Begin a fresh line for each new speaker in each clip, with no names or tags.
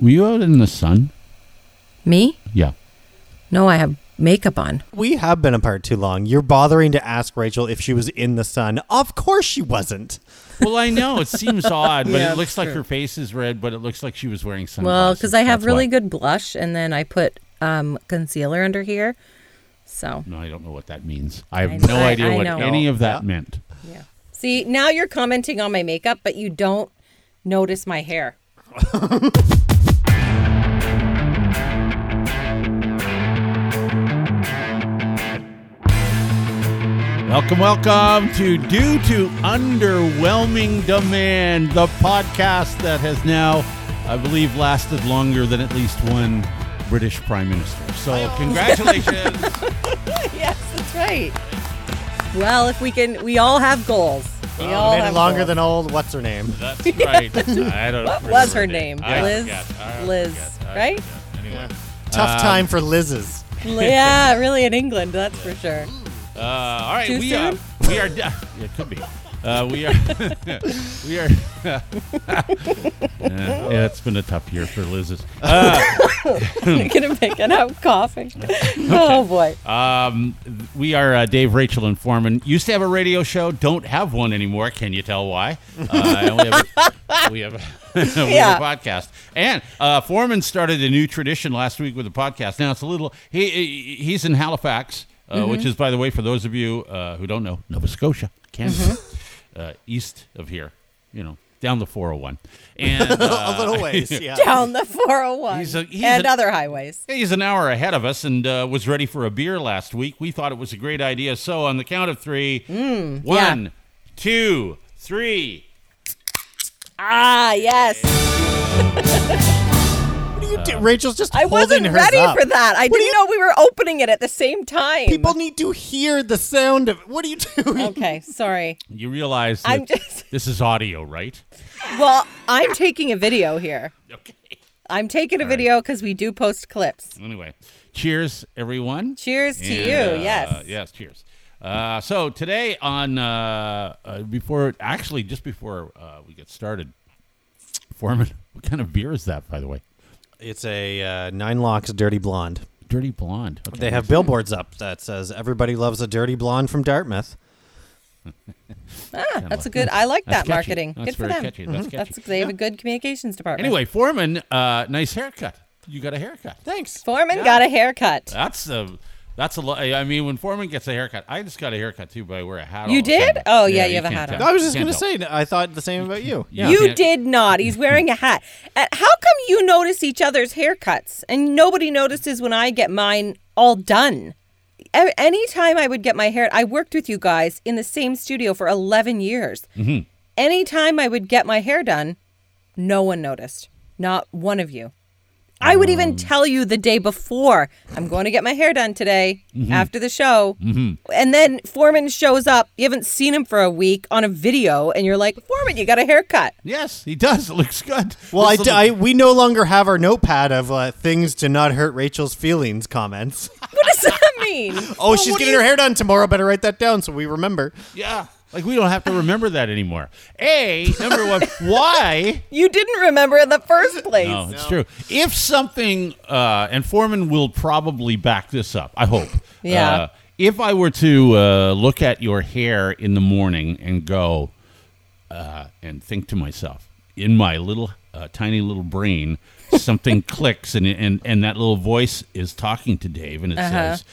Were you out in the sun?
Me?
Yeah.
No, I have makeup on.
We have been apart too long. You're bothering to ask Rachel if she was in the sun. Of course she wasn't.
Well, I know it seems odd, but
Yeah,
it looks
that's
like
true.
her face is red, but it looks like she was wearing sunglasses.
Well, because I have
That's
really
why.
good blush, and then I put um, concealer under here. So
No, I don't know what that means. I have
I know.
no
I-
idea
I
what
know.
any of that
Yeah.
meant.
yeah. See, now you're commenting on my makeup, but you don't notice my hair.
Welcome, welcome to Due to Underwhelming Demand, the podcast that has now, I believe, lasted longer than at least one British Prime Minister. So, congratulations.
yes, that's right. Well, if we can, we all have goals. We all
Made it
have
longer
goals.
than old what's her name?
That's right. I don't
What was her name? Liz. Liz, right?
Anyway.
Tough time for Liz's.
yeah, really in England, that's for sure.
Uh, all right,
Too
we
soon?
are we are done. Yeah, it could be. Uh, we are we are. Uh, yeah, it's been a tough year for Liz's.
I'm gonna make it up coughing. Oh boy.
Um, we are uh, Dave, Rachel, and Foreman. Used to have a radio show. Don't have one anymore. Can you tell why? Uh, I only have, we have, we have
Yeah.
a podcast. And uh, Foreman started a new tradition last week with a podcast. Now it's a little. He, he he's in Halifax, uh, which is, by the way, for those of you uh, who don't know, Nova Scotia, Canada, uh, east of here. You know, down the 401, and uh,
a little ways, yeah.
Down the 401
He's a- he's
and
a-
other highways.
He's an hour ahead of us and uh, was ready for a beer last week. We thought it was a great idea. So, on the count of three,
Mm,
one, two, three.
Ah, yes.
What do you do? Um, Rachel's just
I
holding
wasn't
hers
ready
up.
for that. I
What do
didn't know we were opening it at the same time.
People need to hear the sound of What are you doing?
Okay, sorry.
You realize that
I'm just
this is audio, right?
Well, I'm taking a video here.
Okay.
I'm taking a video because we do post clips.
Anyway, cheers, everyone.
Cheers to
And,
you.
uh,
yes.
Yes, cheers. Uh, so today on uh, uh, before actually just before uh, we get started, Foreman, what kind of beer is that, by the way?
It's a uh, Nine Locks Dirty Blonde.
Dirty blonde. Okay.
They have billboards up that says everybody loves a dirty blonde from Dartmouth.
Ah, that's a good. I like
That's
that
catchy.
marketing.
That's
good for
very
them.
catchy.
Mm-hmm.
That's catchy.
That's they have a good communications department.
Anyway, Foreman, uh, nice haircut. You got a haircut.
Thanks.
Foreman got a haircut.
That's a that's a lot. I mean, when Foreman gets a haircut, I just got a haircut too, but I wear a hat.
You
all the
did?
time.
Oh, yeah, you have a
can't
hat on.
tell.
I was just
Can't
going to
tell.
say, I thought the same about you.
Yeah.
You
Yeah.
did not. He's wearing a hat. Uh, How come you notice each other's haircuts and nobody notices when I get mine all done? A- Anytime I would get my hair, I worked with you guys in the same studio for 11 years. Mm-hmm. Anytime I would get my hair done, no one noticed. Not one of you. I would
Um.
even tell you the day before, I'm going to get my hair done today
Mm-hmm.
after the show. And then Foreman shows up. You haven't seen him for a week on a video, and you're like, Foreman, you got a haircut.
Yes, he does. It looks good.
Well, I,
This
d-
little-
I we no longer have our notepad of uh, things to not hurt Rachel's feelings comments.
What does that mean?
Oh, she's
what do
getting her hair done tomorrow. Better write that down so we remember.
yeah. Like we don't have to remember that anymore. A number one. Why?
You didn't remember in the first place.
No, it's true. If something, uh, and Foreman will probably back this up. I hope.
Yeah.
Uh, if I were to uh, look at your hair in the morning and go uh, and think to myself, in my little uh, tiny little brain, something clicks, and, and and that little voice is talking to Dave, and it says,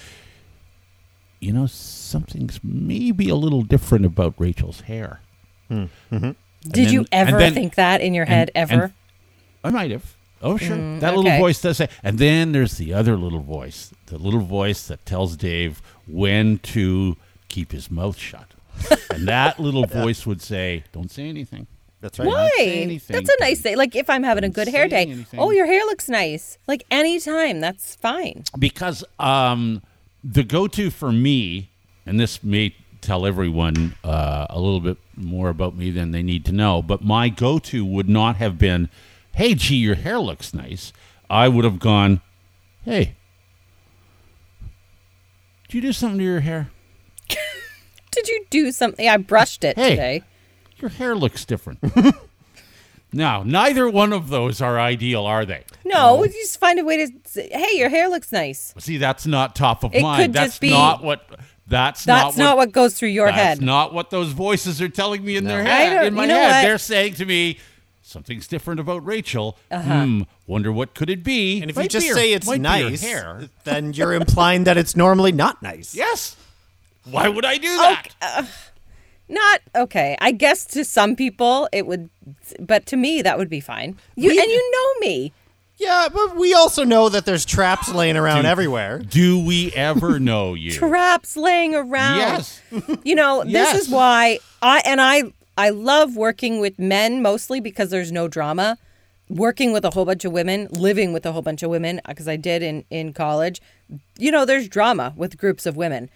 "You know, something's maybe a little different about Rachel's hair."
Did
then-
you
and
ever
then-
think that in your head,
and-
ever? Mm,
and- I might have. Oh, sure. that little
okay.
voice does say. And then there's the other little voice, the little voice that tells Dave when to keep his mouth shut. and that little voice would say, "Don't say anything."
That's
Why?
say anything,
That's a nice
don't-
day. Like if I'm having a good
say
hair day,
anything.
oh, your hair looks nice. Like anytime, that's fine.
Because um, the go-to for me, and this may tell everyone uh, a little bit more about me than they need to know, but my go-to would not have been, "Hey, gee, your hair looks nice." I would have gone, "Hey, did you do something to your hair?
Did you do something? I brushed it
Hey.
today.
Your hair looks different." Now, neither one of those are ideal, are they?
No, you just find a way to say, hey, your hair looks nice.
See, that's not top of
It
mind.
could
that's
just be-
not what. That's,
That's not what goes through your
That's
head.
not what those voices are telling me in their
I
head.
don't-
In my
you know
head,
what?
they're saying to me, "Something's different about Rachel."
Uh-huh.
Hmm. Wonder what could it be?
And if you
Might
just
be her-
say it's
might be her
nice,
hair.
then you're implying that it's normally not nice.
Yes. Why would I do
Oh,
that?
uh, Not okay. I guess to some people it would, but to me that would be fine. You and you know me.
Yeah, but we also know that there's traps laying around everywhere.
Do we ever know you?
Traps laying around.
Yes.
You know this
Yes.
is why I and I I love working with men mostly because there's no drama. Working with a whole bunch of women, living with a whole bunch of women, because I did in in college. You know, there's drama with groups of women,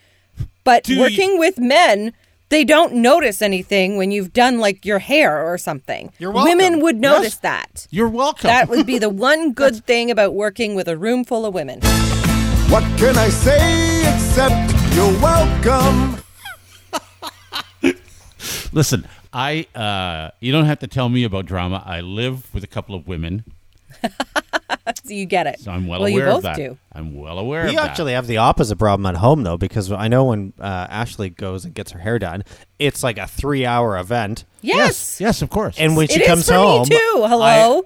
but
Do you-
working with men. They don't notice anything when you've done like your hair or something.
You're welcome.
Women would
Yes.
notice that.
You're welcome.
That would be the one good thing about working with a room full of women.
What can I say except you're welcome?
Listen, I uh, you don't have to tell me about drama. I live with a couple of women,
So you get it.
so I'm well,
well,
aware
you both
of that.
do.
I'm well aware
We
of that.
actually have the opposite problem at home though, because I know when uh, Ashley goes and gets her hair done, it's like a three-hour event,
Yes.
yes, of course.
and when
It
she
is
comes
for
home,
me too. Hello.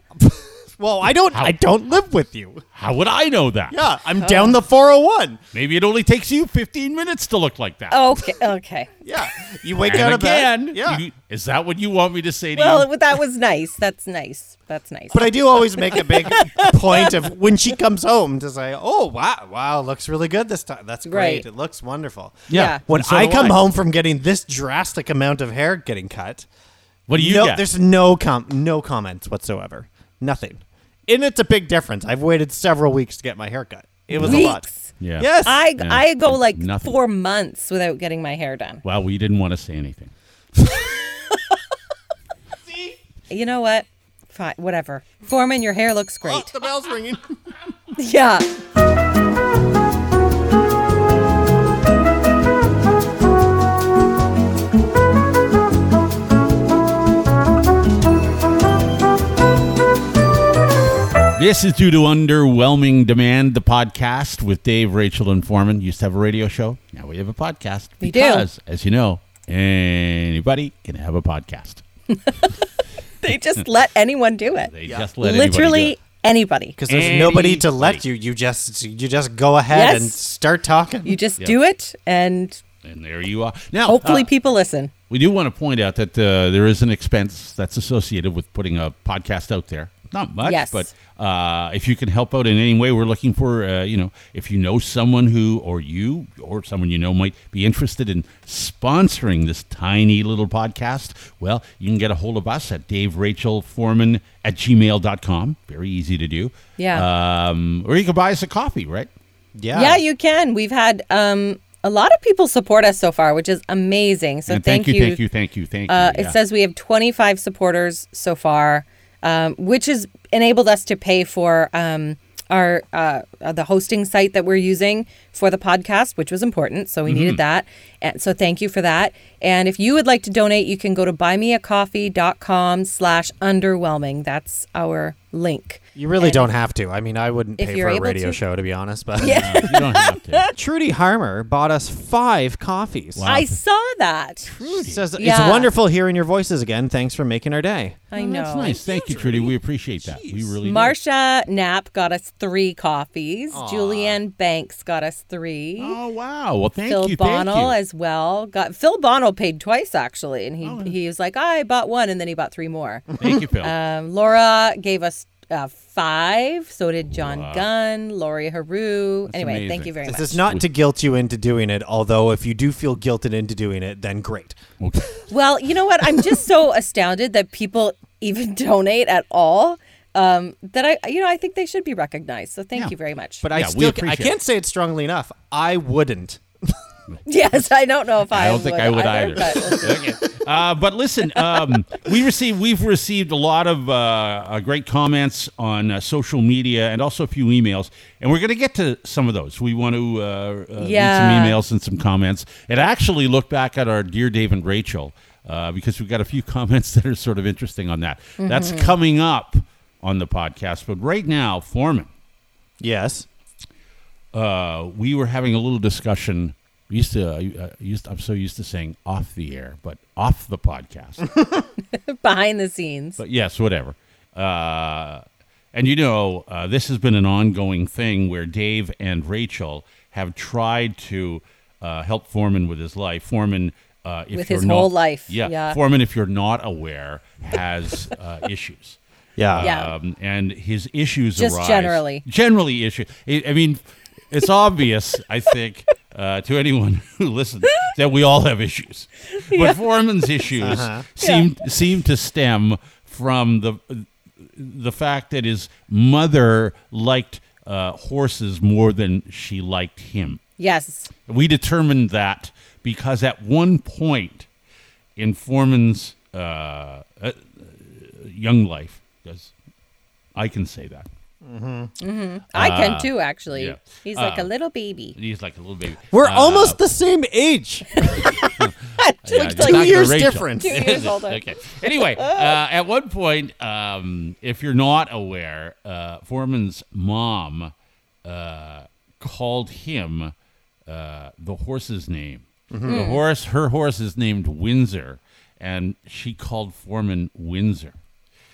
well, I don't, I don't live with you. Uh,
how would I know that?
Yeah, I'm down the 401.
Maybe it only takes you 15 minutes to look like that.
okay. Okay.
Yeah, you wake
and
out of bed.
again,
Yeah.
you- is that what you want me to say to you?
Well, that was nice. That's nice. That's nice.
But I do always make a big point of when she comes home to say, "Oh wow, wow, looks really good this time. That's great.
Right.
It looks wonderful."
yeah.
When
And so
I
do
come home from getting this drastic amount of hair getting cut,
what do you
no,
get?
there's no com- no comments whatsoever. Nothing, and it's a big difference. I've waited several weeks to get my hair cut. It was a lot.
Weeks.
Yeah.
Yes.
I
Yeah.
I go like
Nothing.
four months without getting my hair done.
Well, we didn't want to say anything.
You know what? Fine. Whatever. Foreman, your hair looks
Oh,
great.
the bell's ringing.
Yeah.
This is due to underwhelming demand. The podcast with Dave, Rachel, and Foreman used to have a radio show. Now we have a podcast.
We do.
because, as you know, anybody can have a podcast.
They just let anyone do it.
They just let anybody do
Literally
it.
anybody.
Because there's nobody to let
Anybody.
you. You just you just go ahead
Yes.
and start talking.
You just do it, and
And there you are. Now,
hopefully
uh,
people listen.
we do want to point out that uh, there is an expense that's associated with putting a podcast out there. Not much,
Yes.
but uh, if you can help out in any way, we're looking for, uh, you know, if you know someone who, or you, or someone you know might be interested in sponsoring this tiny little podcast, well, you can get a hold of us at daverachelforeman at gmail.com. Very easy to do.
Yeah.
Um, or you can buy us a coffee, right?
yeah.
Yeah, you can. We've had um, a lot of people support us so far, which is amazing. So
and
Uh, thank,
thank you, thank you, thank you, thank you.
Uh, It
yeah.
says we have 25 supporters so far, um, which has enabled us to pay for um, our uh, uh, the hosting site that we're using for the podcast, which was important. So we
Mm-hmm.
needed that, and so thank you for that. And if you would like to donate, you can go to buymeacoffee.com/underwhelming. That's our link.
You really don't have to. I mean, I wouldn't
if
pay
you're
for a
able
radio
to-
show to be honest, but
Uh, you don't have to.
Trudy Harmer bought us five coffees.
I saw that.
She says
Yeah.
it's wonderful hearing your voices again. Thanks for making our day.
I
Well,
know.
Oh, That's nice. Thank you, Trudy. We appreciate that. We really do.
Marsha Knapp got us three coffees. Julianne Banks got us three.
Oh wow! Well, thank
Phil
you.
Bonnell
thank you.
as well got Phil Bonnell paid twice actually, and he
Oh,
he was like, I bought one, and then he bought three more.
thank you, Phil.
um, Laura gave us uh, five, so did John Gunn, Lori Haru. anyway, thank
amazing.
you very
This
much.
is not to guilt you into doing it, although if you do feel guilted into doing it, then great.
okay.
Well, you know what? I'm just so astounded that people even donate at all. Um, that I, you know, I think they should be recognized. So thank
Yeah.
you very much.
But I
Yeah, we
still I
appreciate
can't say it strongly enough. I wouldn't.
yes, I don't know if I,
I don't think I would either.
but-
okay. uh, but listen, um, we receive we've received a lot of uh, uh, great comments on uh, social media and also a few emails, and we're going to get to some of those. We want to uh, uh, read
Yeah.
some emails and some comments, and actually look back at our dear Dave and Rachel. uh, because we've got a few comments that are sort of interesting on that. That's
Mm-hmm.
coming up on the podcast. But right now, Foreman,
Yes.
uh, we were having a little discussion. We used to, I I used, I'm so used to saying off the air, but off the podcast.
behind the scenes.
But yes, whatever. Uh, and you know, uh, this has been an ongoing thing where Dave and Rachel have tried to uh, help Foreman with his life. Foreman, uh, if
With
you're
his
not-
whole life,
yeah,
yeah.
Foreman, if you're not aware, has uh, issues.
Yeah.
Yeah.
Um, and his issues
Just
arise
generally.
generally issue. I I mean, it's obvious, I think, uh, to anyone who listens that we all have issues. But Foreman's issues seem seem to stem from the the fact that his mother liked uh, horses more than she liked him.
Yes.
We determined that because at one point in Foreman's uh, uh, young life, because I can say that.
I can too,
uh,
actually.
yeah. Uh,
He's like a little baby.
He's like a little baby.
We're
Uh,
almost the same age.
yeah,
Like,
it's
like
not
years
gonna Rachel.
difference.
two years older.
Okay. Anyway, uh, at one point, um, if you're not aware, uh, Foreman's mom uh, called him uh, the horse's name. The horse, her horse is named Windsor, and she called Foreman Windsor.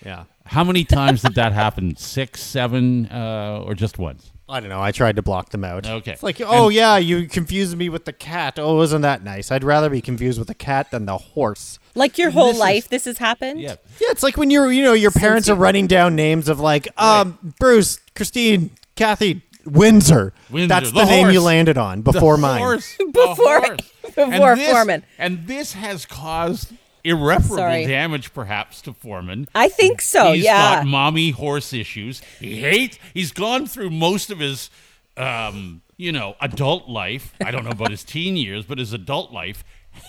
Yeah.
How many times did that happen? Six, seven, uh, or just once?
I don't know. I tried to block them out.
Okay.
It's like, oh yeah, you confused me with the cat. Oh, isn't that nice? I'd rather be confused with the cat than the horse.
Like your whole
This is-
life, this has happened.
Yeah.
Yeah, it's like when you're, you know, your parents are running down names of like, um, Bruce, Christine, Kathy, Windsor.
Windsor,
That's the,
the
name you
horse.
landed on
The
before mine.
horse, the
Before-
horse.
before
and this,
Foreman.
And this has caused irreparable
Sorry.
damage, perhaps, to Foreman.
I think so.
He's
yeah.
got mommy horse issues. He hates. He's gone through most of his, um, you know, adult life. I don't know about his teen years, but his adult life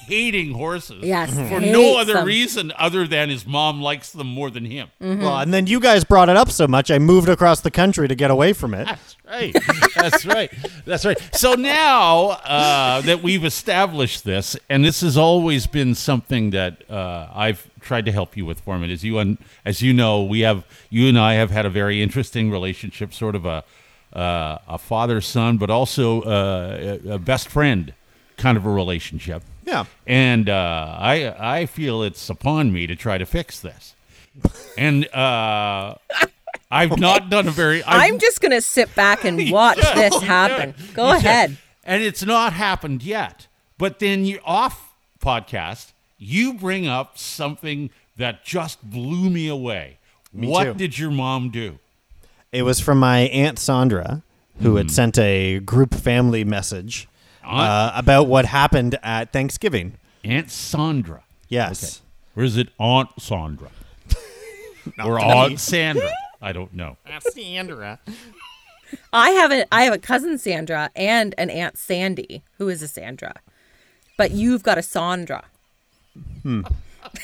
hating horses.
Yes,
for no
hates
other
them.
reason other than his mom likes them more than him.
Mm-hmm. Well, and then you guys brought it up so much, I moved across the country to get away from it.
That's right. That's right. That's right. So now uh, that we've established this, and this has always been something that uh, I've tried to help you with, Foreman. As you un- as you know, we have you and I have had a very interesting relationship, sort of a uh, a father son, but also uh, a a best friend kind of a relationship.
Yeah.
And uh, I I feel it's upon me to try to fix this, and. Uh, I've not done a very. I've
I'm just going to sit back and watch this happen. Go
you should.
ahead.
And it's not happened yet. But then you off podcast, you bring up something that just blew me away. what
too.
did your mom do?
It was from my aunt Sandra, who had sent a group family message uh,
Hmm. Aunt-
about what happened at Thanksgiving.
Aunt Sandra.
Yes.
Or is it Aunt Sandra? or Aunt Sandra? I don't know.
Sandra.
I have a I have a cousin Sandra and an aunt Sandy who is a Sandra, but you've got a Sandra. Hmm.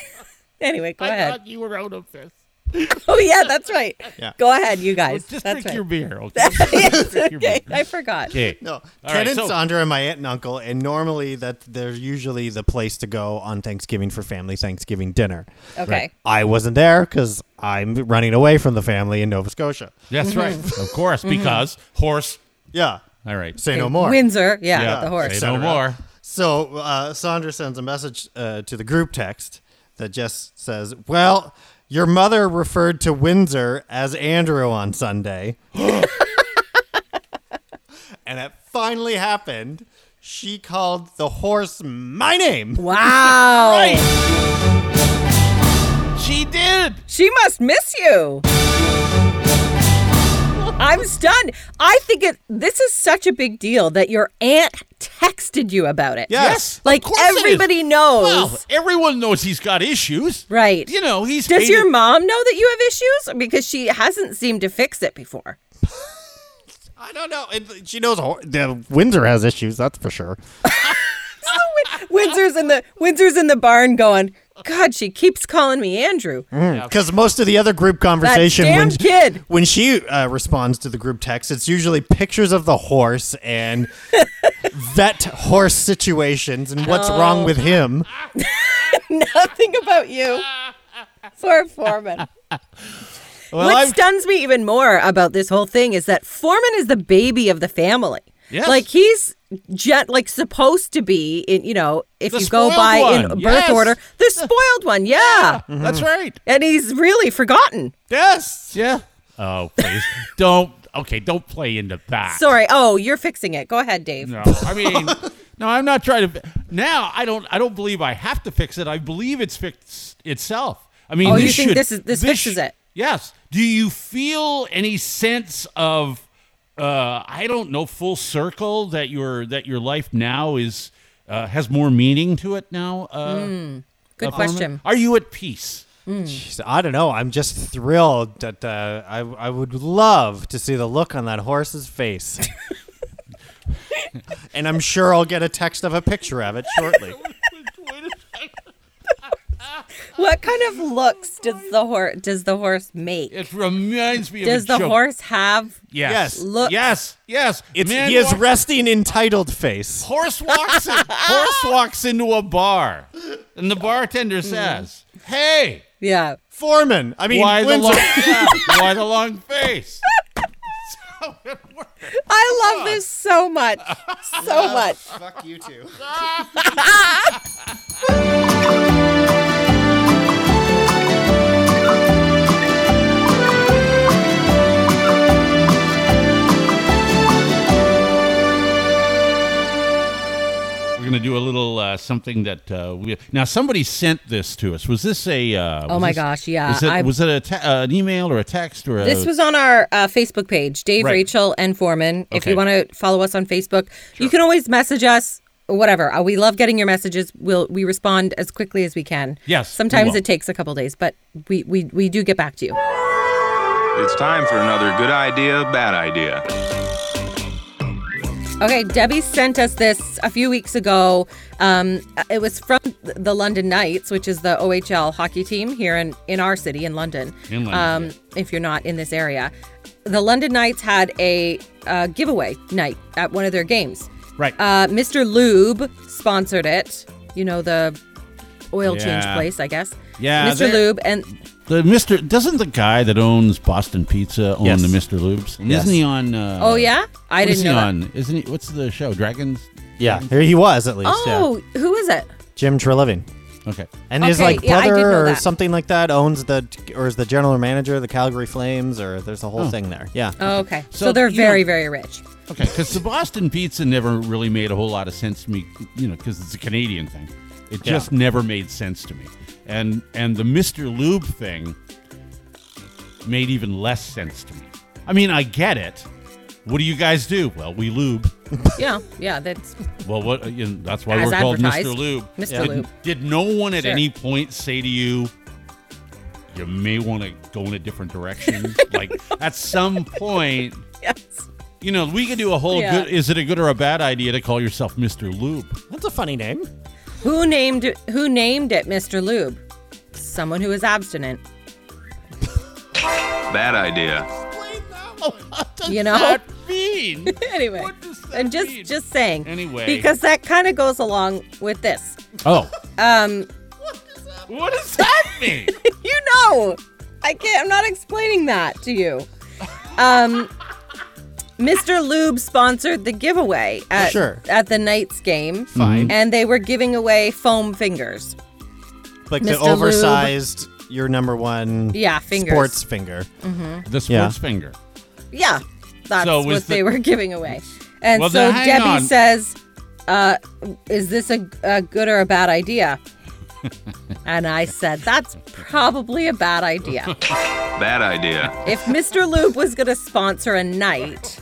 anyway, go ahead.
you were out of this.
Oh yeah, that's right.
Yeah.
Go ahead, you guys.
Just
that's
drink
right.
your beer, okay? Just drink your beer.
Okay, I forgot.
Okay.
No,
All
Ken
right,
and
so-
Sandra are my aunt and uncle, and normally that they're usually the place to go on Thanksgiving for family Thanksgiving dinner.
Okay. Right.
I wasn't there because I'm running away from the family in Nova Scotia.
That's right. Of course,
Mm-hmm.
because horse.
Yeah,
All right.
say no more.
Windsor, yeah, the horse.
Say no
Sandra.
more.
So uh, Sandra sends a message uh, to the group text that just says, "Well, your mother referred to Windsor as Andrew on Sunday," and it finally happened. She called the horse my name.
Wow.
She did.
She must miss you. I'm stunned. I think it this is such a big deal that your aunt texted you about it.
Yes. of
Like
course it is.
everybody knows.
Well, everyone knows he's got issues.
Right.
You know, he's
Does
hated-
your mom know that you have issues? Because she hasn't seemed to fix it before.
I don't know. It, she knows hor- the Windsor has issues. That's for sure.
Windsor's in the Windsor's in the barn going, God, she keeps calling me Andrew.
Because most of the other group conversation,
damn
when,
kid.
when she uh, responds to the group text, it's usually pictures of the horse and
Oh.
vet horse situations and what's wrong with him.
Nothing about you. Poor Foreman.
Well,
what
I've-
stuns me even more about this whole thing is that Foreman is the baby of the family.
Yes.
Like he's jet like supposed to be in you know, if
The
you go
spoiled
by in
one,
birth
yes.
order, the spoiled one, yeah.
Mm-hmm. That's right.
And he's really forgotten.
Yes. Yeah. Oh, please don't. Okay, don't play into that.
Sorry. Oh, you're fixing it. Go ahead, Dave.
No, I mean, no, I'm not trying to. Now, I don't. I don't believe I have to fix it. I believe it's fixed itself. I mean,
Oh,
this
you think
should-
this is- this fixes
sh-
it?
Yes. Do you feel any sense of, uh, I don't know, full circle that your that your life now is uh, has more meaning to it now? Uh,
Good
Foreman?
question.
Are you at peace?
Jeez, I don't know. I'm just thrilled that uh, I I would love to see the look on that horse's face. and I'm sure I'll get a text of a picture of it shortly.
What kind of looks does the horse does the horse make?
It reminds me
Does
of a
the
joke.
horse have
Yes.
Yes.
Look-
Yes. Yes.
It's
Man
he is
walks-
resting entitled face.
Horse walks in, horse walks into a bar, and the bartender
Mm.
says, "Hey,
Yeah.
Foreman. I mean,
why the
Windsor.
long why the long face?" So it works.
I love this so much. So much.
Fuck you two.
We're gonna do a little uh, something that uh, we now somebody sent this to us. Was this a? Uh,
Oh
was
my
this-
gosh, yeah,
Was it,
I-
was it a te- uh, an email or a text or a?
This was on our uh, Facebook page, Dave,
Right.
Rachel, and Foreman. If you
Okay.
want to follow us on Facebook, you can always message us. Whatever. Uh, we love getting your messages. We'll we respond as quickly as we can.
Yes, we
Sometimes
will.
it takes a couple days, but we, we we do get back to you.
It's time for another good idea, bad idea.
Okay, Debbie sent us this a few weeks ago. Um, it was from the London Knights, which is the OHL hockey team here in, in our city in London.
In London,
um, if you're not in this area, the London Knights had a uh, giveaway night at one of their games.
right.
Uh, Mr. Lube sponsored it. You know the oil change
Yeah.
place, I guess.
Yeah,
Mr.
they're-
Lube and
the Mister doesn't the guy that owns Boston Pizza own
Yes.
the Mister Lubes? And
Yes.
Isn't he on? Uh,
oh yeah, I
what is
didn't know.
he
that.
on? Isn't he? What's the show? Dragons.
Yeah, here he was at least.
Oh, who is it?
yeah. Jim Treliving.
Okay.
And his
Okay,
like
yeah, I did
brother
know
or
that.
something like that owns the or is the general manager of the Calgary Flames or there's a whole thing there. Yeah.
Oh, okay, so,
So,
they're
you
very
know-
very rich.
Okay, because the Boston pizza never really made a whole lot of sense to me, you know, because it's a Canadian thing. It just never made sense to me, and and the Mister Lube thing made even less sense to me. I mean, I get it. What do you guys do? Well, we lube.
Yeah, yeah, that's
Well, what? uh, You know, that's why
As
we're called Mister
advertised.
Lube.
Mr.
Did,
Lube.
Did no one at
Sure.
any point say to you, you may want to go in a different direction? like at some point.
yes.
You know, we could do a whole
Yeah.
good. Is it a good or a bad idea to call yourself Mr. Lube?
That's a funny name.
Who named who named it Mr. Lube? Someone who is abstinent.
Bad idea.
What does
You know?
that mean?
Anyway,
What does that
and just
mean?
just saying.
Anyway.
because that kind of goes along with this.
oh,
Um,
what does that mean?
you know, I can't. I'm not explaining that to you. Um, Mr. Lube sponsored the giveaway at
Sure.
at the Knights game,
Fine.
and they were giving away foam fingers.
Like
Mr.
the
Lube.
oversized your number one
Yeah, fingers.
sports finger.
Mm-hmm. the sports
Yeah.
finger.
Yeah, that's
So was
what they
the-
were giving away. And
Well,
so
then hang
Debbie
on.
says, uh, "Is this a, a good or a bad idea?" and I said, "That's probably a bad idea.
Bad idea.
If Mr. Lube was going to sponsor a night."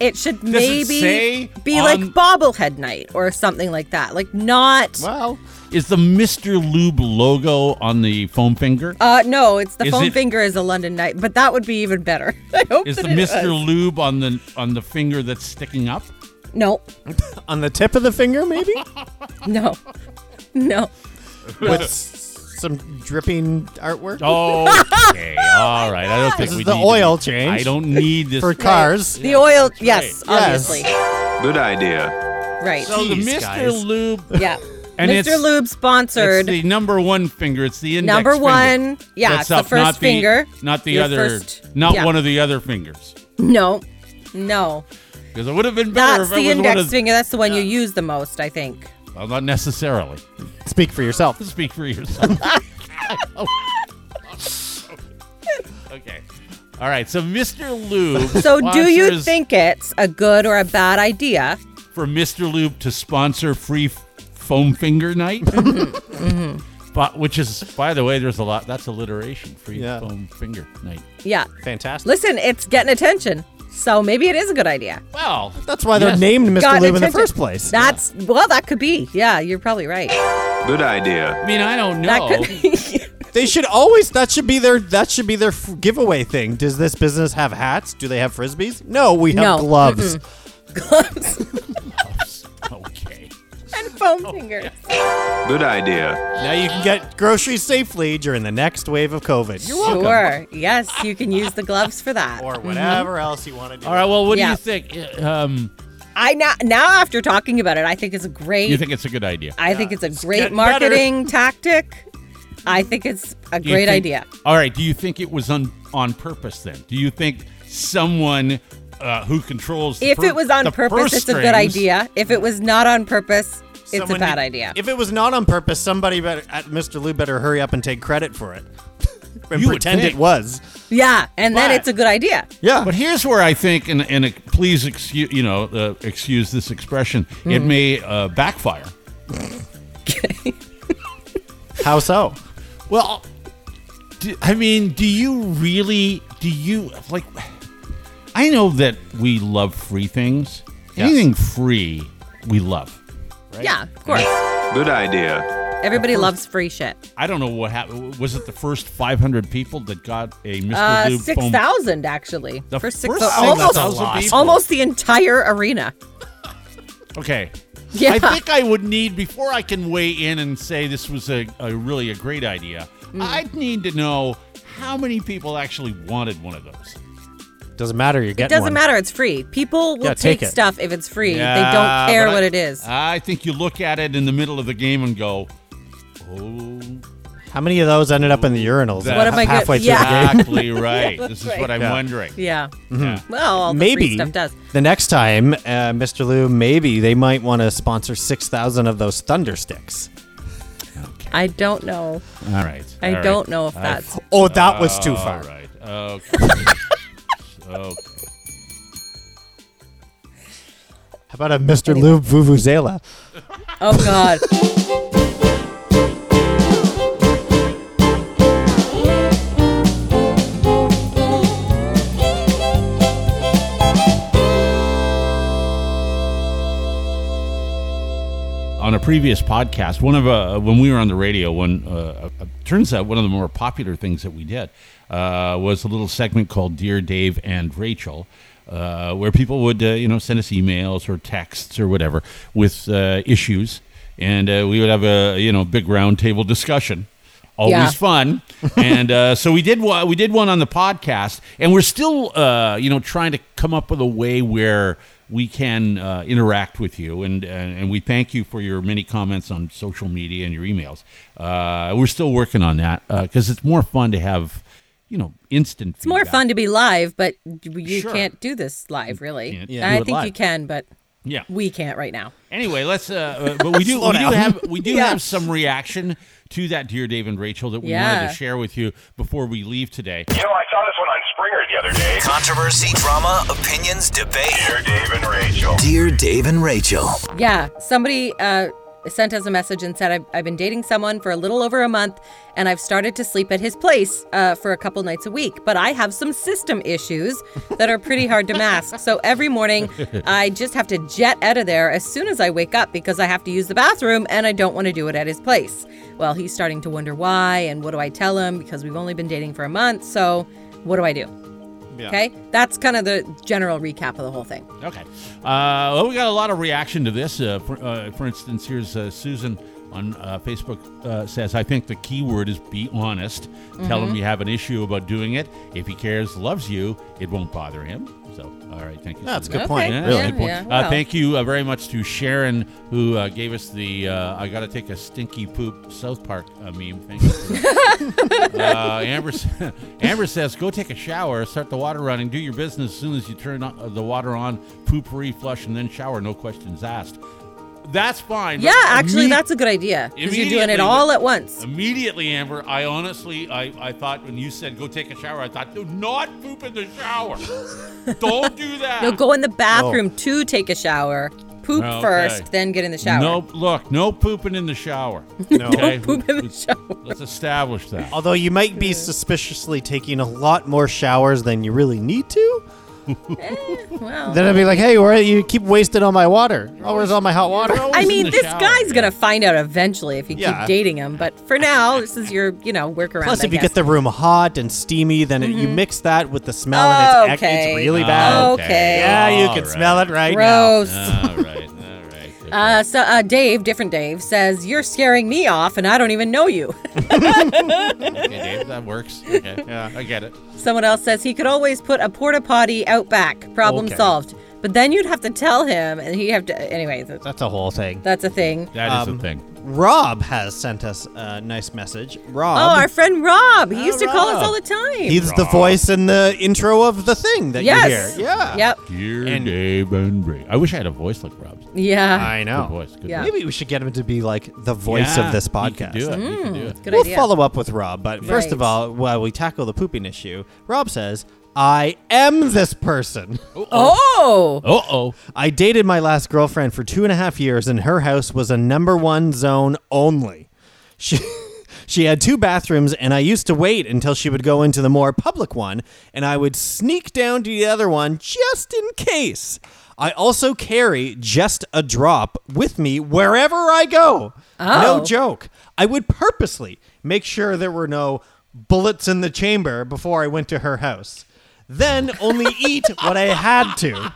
It should
it
maybe
say
be like
on-
bobblehead night or something like that. Like not
Well,
Is the Mr. Lube logo on the foam finger?
uh no, it's the
Is
foam
it-
finger is a London night, but that would be even better. I hope
Is
that
the
it
Mr.
was.
Lube on the on the finger that's sticking up?
No.
on the tip of the finger maybe
No. No.
with s- some dripping artwork
Oh, okay, all right. I don't think
This is
we
the
need to-
oil change.
I don't need this.
for cars.
The oil, yes,
Yes.
obviously.
Good idea.
Right.
so the
Jeez,
Mr.
guys.
Lube
yeah.
And
Mr.
it's-
Lube sponsored.
It's the number one finger. It's the index
Number
finger.
one. Yeah,
That's
it's the
up,
first
not the,
finger.
Not the
Your
other.
first-
not
yeah.
one of the other fingers.
no, no,
Because it would have been better
that's
if it
the
was one
index
of
finger. That's the one you use the most, I think.
Well, not necessarily.
Speak for yourself.
Speak for yourself. okay. All right. So Mr. Lube.
So, do you
sponsors-
think it's a good or a bad idea?
for Mr. Lube to sponsor free f- foam finger night.
Mm-hmm.
But, which is, by the way, there's a lot. That's alliteration. Free
Yeah.
foam finger night.
Yeah.
Fantastic.
Listen, it's getting attention. So maybe it is a good idea.
Well,
That's why they're
Yes.
named Mr.
Got
Lube in the
attention.
first place.
That's well, that could be. Yeah, you're probably right.
Good idea.
I mean, I don't know.
That could be.
They should always. That should be their. That should be their f- giveaway thing. Does this business have hats? Do they have frisbees? No, we have
No.
gloves.
gloves
okay.
and foam fingers.
Good idea.
Now you can get groceries safely during the next wave of COVID. You're welcome.
Sure. Yes, you can use the gloves for that.
Or whatever else you want to do.
All right. Well, what
Yeah.
do you think? Um,
Mm-hmm. I now now after talking about it, I think it's a great.
you think it's a good idea?
I think it's a great
getting better.
marketing tactic. I think it's a
Do you
great
think-
idea.
All right. Do you think it was on on purpose then? Do you think someone uh, who controls the
If
pur-
it was on
the
purpose,
purse
it's a good
strings-
idea. If it was not on purpose, it's a
Someone
bad
need-
idea.
If it was not on purpose, somebody better, at Mr. Lou better hurry up and take credit for it. and
You would
pretend
think.
it was.
yeah, and then
But-
it's a good idea.
Yeah.
But here's where I think, and, and uh, please excuse, you know, uh, excuse this expression. It may uh, backfire.
How so?
Well, do, I mean, do you really? Do you like? I know that we love free things. Anything free, we love.
Yeah, of course.
Good idea.
Everybody loves free shit.
I don't know what happened. Was it the first 500 people that got a Mr.
Uh,
Lube
six
foam?
thousand actually
The
for six
first
almost
6,000 people.
almost the entire arena.
Okay.
Yeah.
I think I would need before I can weigh in and say this was a, a really a great idea.
Mm.
I'd need to know how many people actually wanted one of those.
Doesn't matter. You're getting
Doesn't
one.
matter. It's free. People will
Yeah,
take,
take it.
stuff if it's free. they
Yeah,
don't care
but I-
what it is.
I think you look at it in the middle of the game and go, "Oh,
How many of those ended up in the urinals
That- What am I
gonna-
halfway through
Yeah.
the game?
exactly right. this is
right.
what I'm
Yeah.
wondering."
yeah. Well, all the free
maybe
stuff does.
the next time, uh, Mr. Lou, maybe they might want to sponsor six thousand of those thunder sticks.
I don't know.
All right.
I
all right.
don't know if that's
Oh, that was too far.
All right. Okay. okay.
How about a Mr. Lou vuvuzela?
Oh God.
on a previous podcast, one of uh, when we were on the radio, one uh, uh, turns out one of the more popular things that we did uh, was a little segment called "Dear Dave and Rachel." Uh, where people would, uh, you know, send us emails or texts or whatever with uh, issues, and uh, we would have a, you know, big round table discussion. Always
Yeah.
fun, and uh, so we did. One, we did one on the podcast, and we're still, uh, you know, trying to come up with a way where we can uh, interact with you, and, and and we thank you for your many comments on social media and your emails. Uh, we're still working on that because it's more fun to have, you know, instant.
It's more fun to be live, but you
Sure.
can't do this live, really.
can't Yeah. do
I
it
think you
live.
can, but
Yeah.
we can't right now.
Anyway, let's. Uh, uh, but we do. we do have. We do
Yeah.
have some reaction to that, dear Dave and Rachel, that we wanted
Yeah.
to share with you before we leave today.
You know, I saw this one on Springer the other day.
Controversy, drama, opinions, debate.
Dear Dave and Rachel.
Dear Dave and Rachel.
Yeah, somebody uh, sent us a message and said, I've, I've been dating someone for a little over a month and I've started to sleep at his place uh, for a couple nights a week. But I have some system issues that are pretty hard to mask. So every morning, I just have to jet out of there as soon as I wake up because I have to use the bathroom and I don't want to do it at his place. Well, he's starting to wonder why and what do I tell him because we've only been dating for a month. So what do I do? Okay, that's kind of the general recap of the whole thing.
Okay. Uh, well, we got a lot of reaction to this. Uh, for, uh, for instance, here's uh, Susan on uh, Facebook uh, says, I think the key word is be honest. Tell him you have an issue about doing it. If he cares, loves you, it won't bother him. So, all right, thank you.
That's a
Susan.
good point.
Okay.
Yeah,
Really.
good point.
yeah,
uh,
well.
thank you uh, very much to Sharon, who uh, gave us the uh, I gotta take a stinky poop South Park uh, meme. Thank you. for that. uh, Amber, s- Amber says, go take a shower, start the water running, do your business as soon as you turn on, uh, the water on, poop, reflush, and then shower, no questions asked. That's fine. but
Yeah, actually,
imme-
that's a good idea because you're doing it
Immediately.
all at once.
Immediately, Amber, I honestly, I, I thought when you said go take a shower, I thought, do not poop in the shower. Don't do that.
You'll go in the bathroom to take a shower, poop
Okay.
first, then get in the shower.
No, look, no pooping in the shower.
No.
Okay?
poop in the shower.
Let's establish that.
Although you might be suspiciously taking a lot more showers than you really need to,
Well,
then I'd be like, "Hey, where you keep wasting all my water? Oh, where's all my hot water?"
I
in
mean,
the
this
shower,
guy's
yeah.
gonna find out eventually if you
Yeah.
keep dating him. But for now, this is your, you know, workaround.
Plus,
I
if you
guess. Mm-hmm.
get the room hot and steamy, then it, you mix that with the smell, and it's, ac-
Oh, Okay.
it's really bad.
Okay.
Yeah, you can
All
smell
right.
it right now.
gross.
All right, all right. Okay.
Uh, so uh, Dave, different Dave, says you're scaring me off, and I don't even know you.
okay, Dave, that works. Okay, yeah, I get it.
Someone else says he could always put a porta potty out back. Problem
Okay.
solved. But then you'd have to tell him, and he have to. Anyway, th-
That's a whole thing.
that's a thing.
That is
Um,
the thing.
Rob has sent us a nice message.
Oh,
Rob,
our friend Rob. He
Oh,
used to call
Rob.
us all the time.
he's the voice in the intro of the thing that
yes.
you hear. Yeah.
Yep.
Dear
and-
Dave and Ray. I wish I had a voice like Rob's.
Yeah.
I
Good
know.
voice. Good
Yeah.
voice.
Maybe we should get him to be like the voice
Yeah,
of this
he could
podcast.
do it, he could do it.
Mm-hmm. Hmm. Good
we'll
idea.
follow up with Rob, but first of
Right.
all, while we tackle the pooping issue, Rob says, I am this person.
Oh.
Uh oh.
I dated my last girlfriend for two and a half years, and her house was a number one zone only. She. She had two bathrooms, and I used to wait until she would go into the more public one, and I would sneak down to the other one just in case. I also carry just a drop with me wherever I go. No
Oh.
joke. I would purposely make sure there were no bullets in the chamber before I went to her house. Then only eat what I had to.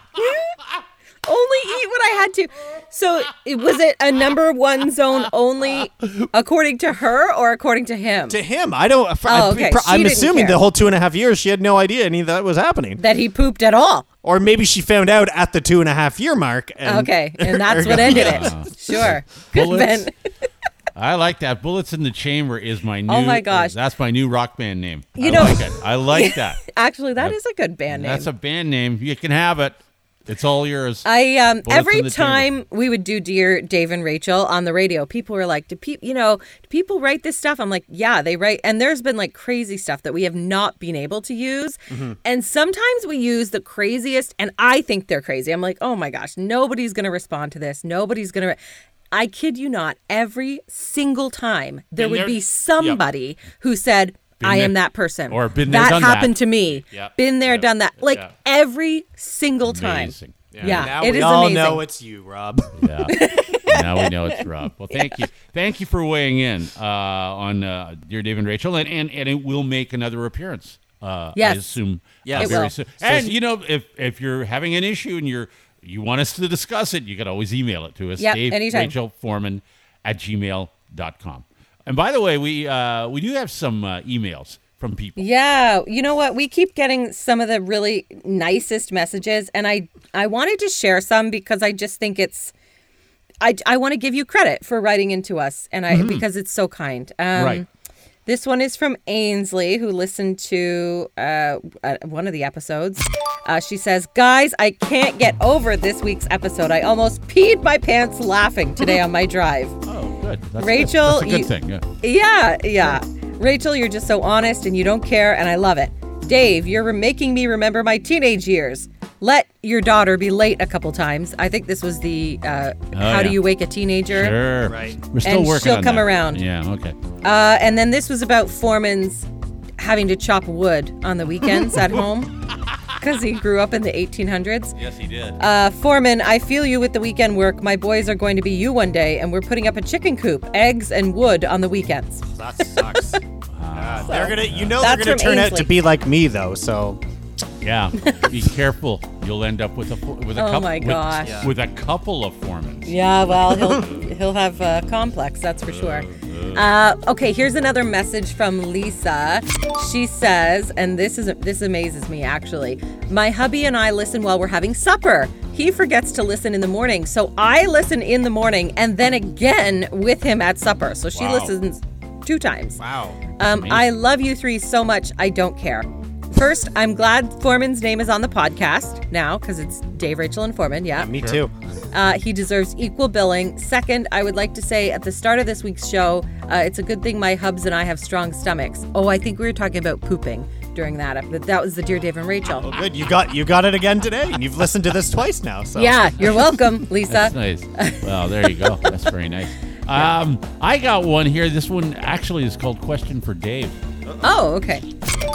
Only eat what I had to. So it- was it a number one zone only, according to her or according to him?
to him. I don't. f-
Oh,
I-
okay.
pro-
She
I'm
didn't
assuming
care.
the whole two and a half years, she had no idea any of that was happening,
that he pooped at all.
or maybe she found out at the two and a half year mark. And
Okay, and that's what ended it. Sure. Good
Bullets.
then.
I like that. Bullets in the Chamber is my new.
Oh my gosh.
That's my new rock band name.
You
I
know-
like it. I like that.
Actually, that is a good band name.
That's a band name. You can have it. It's all yours.
I um
Bullets
every
in the chamber.
time we would do Dear Dave and Rachel on the radio, people were like, "Do people, you know, do people write this stuff?" I'm like, "Yeah, they write." And there's been like crazy stuff that we have not been able to use,
Mm-hmm.
and sometimes we use the craziest, and I think they're crazy. I'm like, "Oh my gosh, nobody's gonna respond to this. Nobody's gonna." Re-. I kid you not. Every single time there
Been
would
there-
be somebody who said.
Been
I am
there-
that person.
or been there,
that
done that."
happened to me.
Yeah.
Been there,
Yeah.
done that. Like
Yeah.
every single time.
Amazing.
Yeah,
now
it
we
is
all
amazing.
know it's you, Rob.
Yeah. now we know it's Rob. Well, thank you, thank you for weighing in uh, on uh, dear Dave and Rachel, and and, and it will make another appearance. Uh,
Yes.
I assume.
Yes.
uh,
It
very
will.
soon. And you know, if if you're having an issue and you're you want us to discuss it, you can always email it to us.
Yep,
Dave,
anytime.
Rachel Foreman at gmail.com. And by the way, we uh, we do have some uh, emails from people.
Yeah, you know what? We keep getting some of the really nicest messages and I I wanted to share some because I just think it's I I want to give you credit for writing into us and
Mm-hmm.
I because it's so kind. Um
Right.
This one is from Ainsley, who listened to uh, uh, one of the episodes. Uh, she says, Guys, I can't get over this week's episode. I almost peed my pants laughing today on my drive.
Oh, good. That's good.
Rachel,
That's a good
you-
thing. Yeah.
Yeah, yeah. Rachel, you're just so honest and you don't care, and I love it. Dave, you're making me remember my teenage years. Let your daughter be late a couple times. I think this was the uh, How Do
Oh, yeah.
You Wake a Teenager?
Sure.
Right.
We're still
And
working
she'll
on
come
that.
around.
Yeah. Okay.
Uh, and then this was about Foreman's having to chop wood on the weekends at home because he grew up in the 1800s.
Yes, he did.
Uh, Foreman, I feel you with the weekend work. My boys are going to be you one day, and we're putting up a chicken coop, eggs, and wood on the weekends.
that sucks. Ah, they're gonna, you know,
That's
they're gonna
from
turn out to
Ainsley.
be like me though. So
Yeah, be careful. You'll end up with a fo- with a
Oh
couple.
my gosh.
With, with a couple of foremen.
Yeah, well, he'll He'll have a complex, that's for sure. Uh, okay, here's another message from Lisa. She says, and this is this amazes me actually. My hubby and I listen while we're having supper. He forgets to listen in the morning, so I listen in the morning and then again with him at supper. So she listens two times.
Wow.
Um, I love you three so much, I don't care. First, I'm glad Foreman's name is on the podcast now because it's Dave, Rachel, and Foreman. Yeah.
Me too.
Uh, he deserves equal billing. Second, I would like to say at the start of this week's show, uh, it's a good thing my hubs and I have strong stomachs. Oh, I think we were talking about pooping during that, ep- but that was the Dear Dave and Rachel.
Good. You got you got it again today, and you've listened to this twice now. So
Yeah, you're welcome,
That's
Lisa.
nice. Well, there you go. That's very nice. Um, I got one here. This one actually is called Question for Dave.
Oh, okay.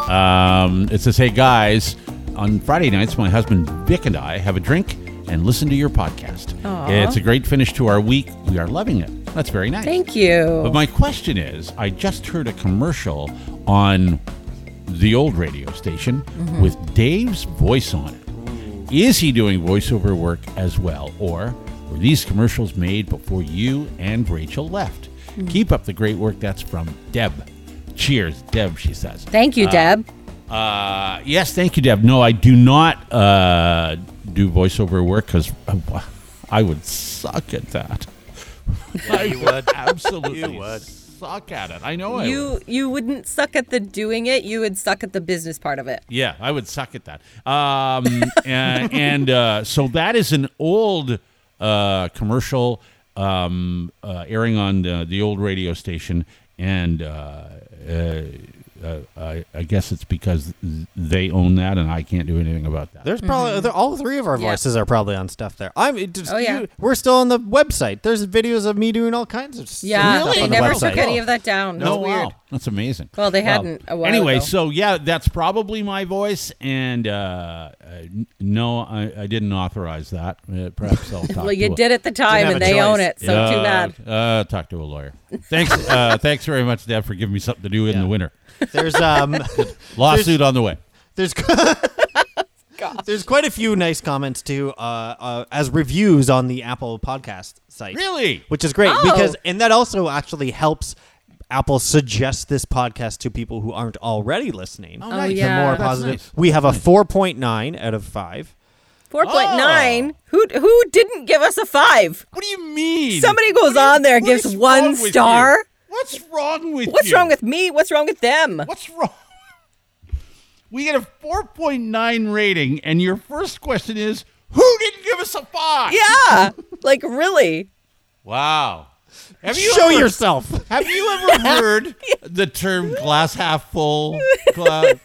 Um, it says, Hey guys, on Friday nights, my husband Vic and I have a drink and listen to your podcast.
Aw.
It's a great finish to our week. We are loving it. That's very nice.
Thank you.
But my question is I just heard a commercial on the old radio station with Dave's voice on it. Is he doing voiceover work as well? Or were these commercials made before you and Rachel left? Keep up the great work. That's from Deb. Cheers, Deb, she says.
Thank you, Deb.
Uh, yes, thank you, Deb. No, I do not uh, do voiceover work because I would suck at that. I you would absolutely suck at it. I know I would.
You you wouldn't suck at the doing it. You would suck at the business part of it.
Yeah, I would suck at that. Um, a- and uh, so that is an old uh, commercial um, uh, airing on the, the old radio station, and uh, uh, uh, I, I guess it's because th- they own that, and I can't do anything about that.
There's probably there- all three of our
Mm-hmm. Yeah.
voices are probably on stuff there. I'm. It just,
Oh, yeah.
you- we're still on the website. There's videos of me doing all kinds of s-
Yeah,
stuff
they
on the
never
website.
took any of that down. It's weird.
wow. That's amazing.
Well, they hadn't a while
Anyway,
ago.
so yeah, that's probably my voice, and uh, uh, n- no, I, I didn't authorize that. Uh, perhaps I'll talk.
Well, you
to a-
did at the time,
have
and
a
they own
choice.
it. So too
Yeah,
bad.
Uh, talk to a lawyer. Thanks, uh, thanks very much, Deb, for giving me something to do in the winter.
There's um.
Lawsuit on the way.
there's. There's quite a few nice comments too, uh, uh, as reviews on the Apple podcast site.
Really?
which is great
Oh.
because and that also actually helps apple suggest this podcast to people who aren't already listening
Oh,
Oh,
nice.
yeah.
the more
that's
positive
nice.
we have a 4.9 out of 5
Four point nine. Who who didn't give us a five?
What do you mean?
Somebody goes
What
on there and
what
gives
is
one
wrong with you?
star?
What's wrong with
What's
you?
wrong with me? What's wrong with them?
What's wrong? We get a 4.9 rating, and your first question is, who didn't give us a five?
Yeah, like really.
Wow. Have you
show
ever,
yourself
Have you ever heard the term glass half full? Gla-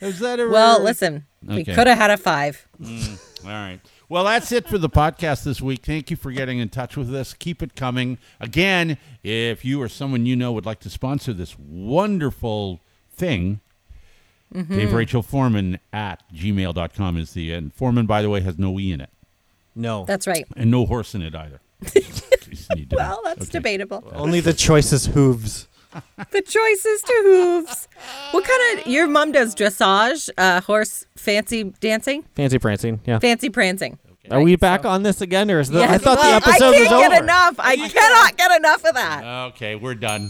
Is that ever?
Well, listen, we
Okay.
could have had a five.
All right. Well, that's it for the podcast this week. Thank you for getting in touch with us. Keep it coming. Again, if you or someone you know would like to sponsor this wonderful thing,
Mm-hmm.
Dave Rachel Foreman at gmail.com is the and Foreman, by the way, has no E in it
no
That's right.
and no horse in it either.
Well, that's debatable.
only the choicest hooves
The choices to hooves. What kind of your mom does dressage, uh, horse fancy dancing,
fancy prancing yeah
fancy prancing?
are we back on this again or is the, i
Yes.
thought
Well,
the episode
I can't
was
get
over
enough. I cannot get enough of that.
Okay, we're done.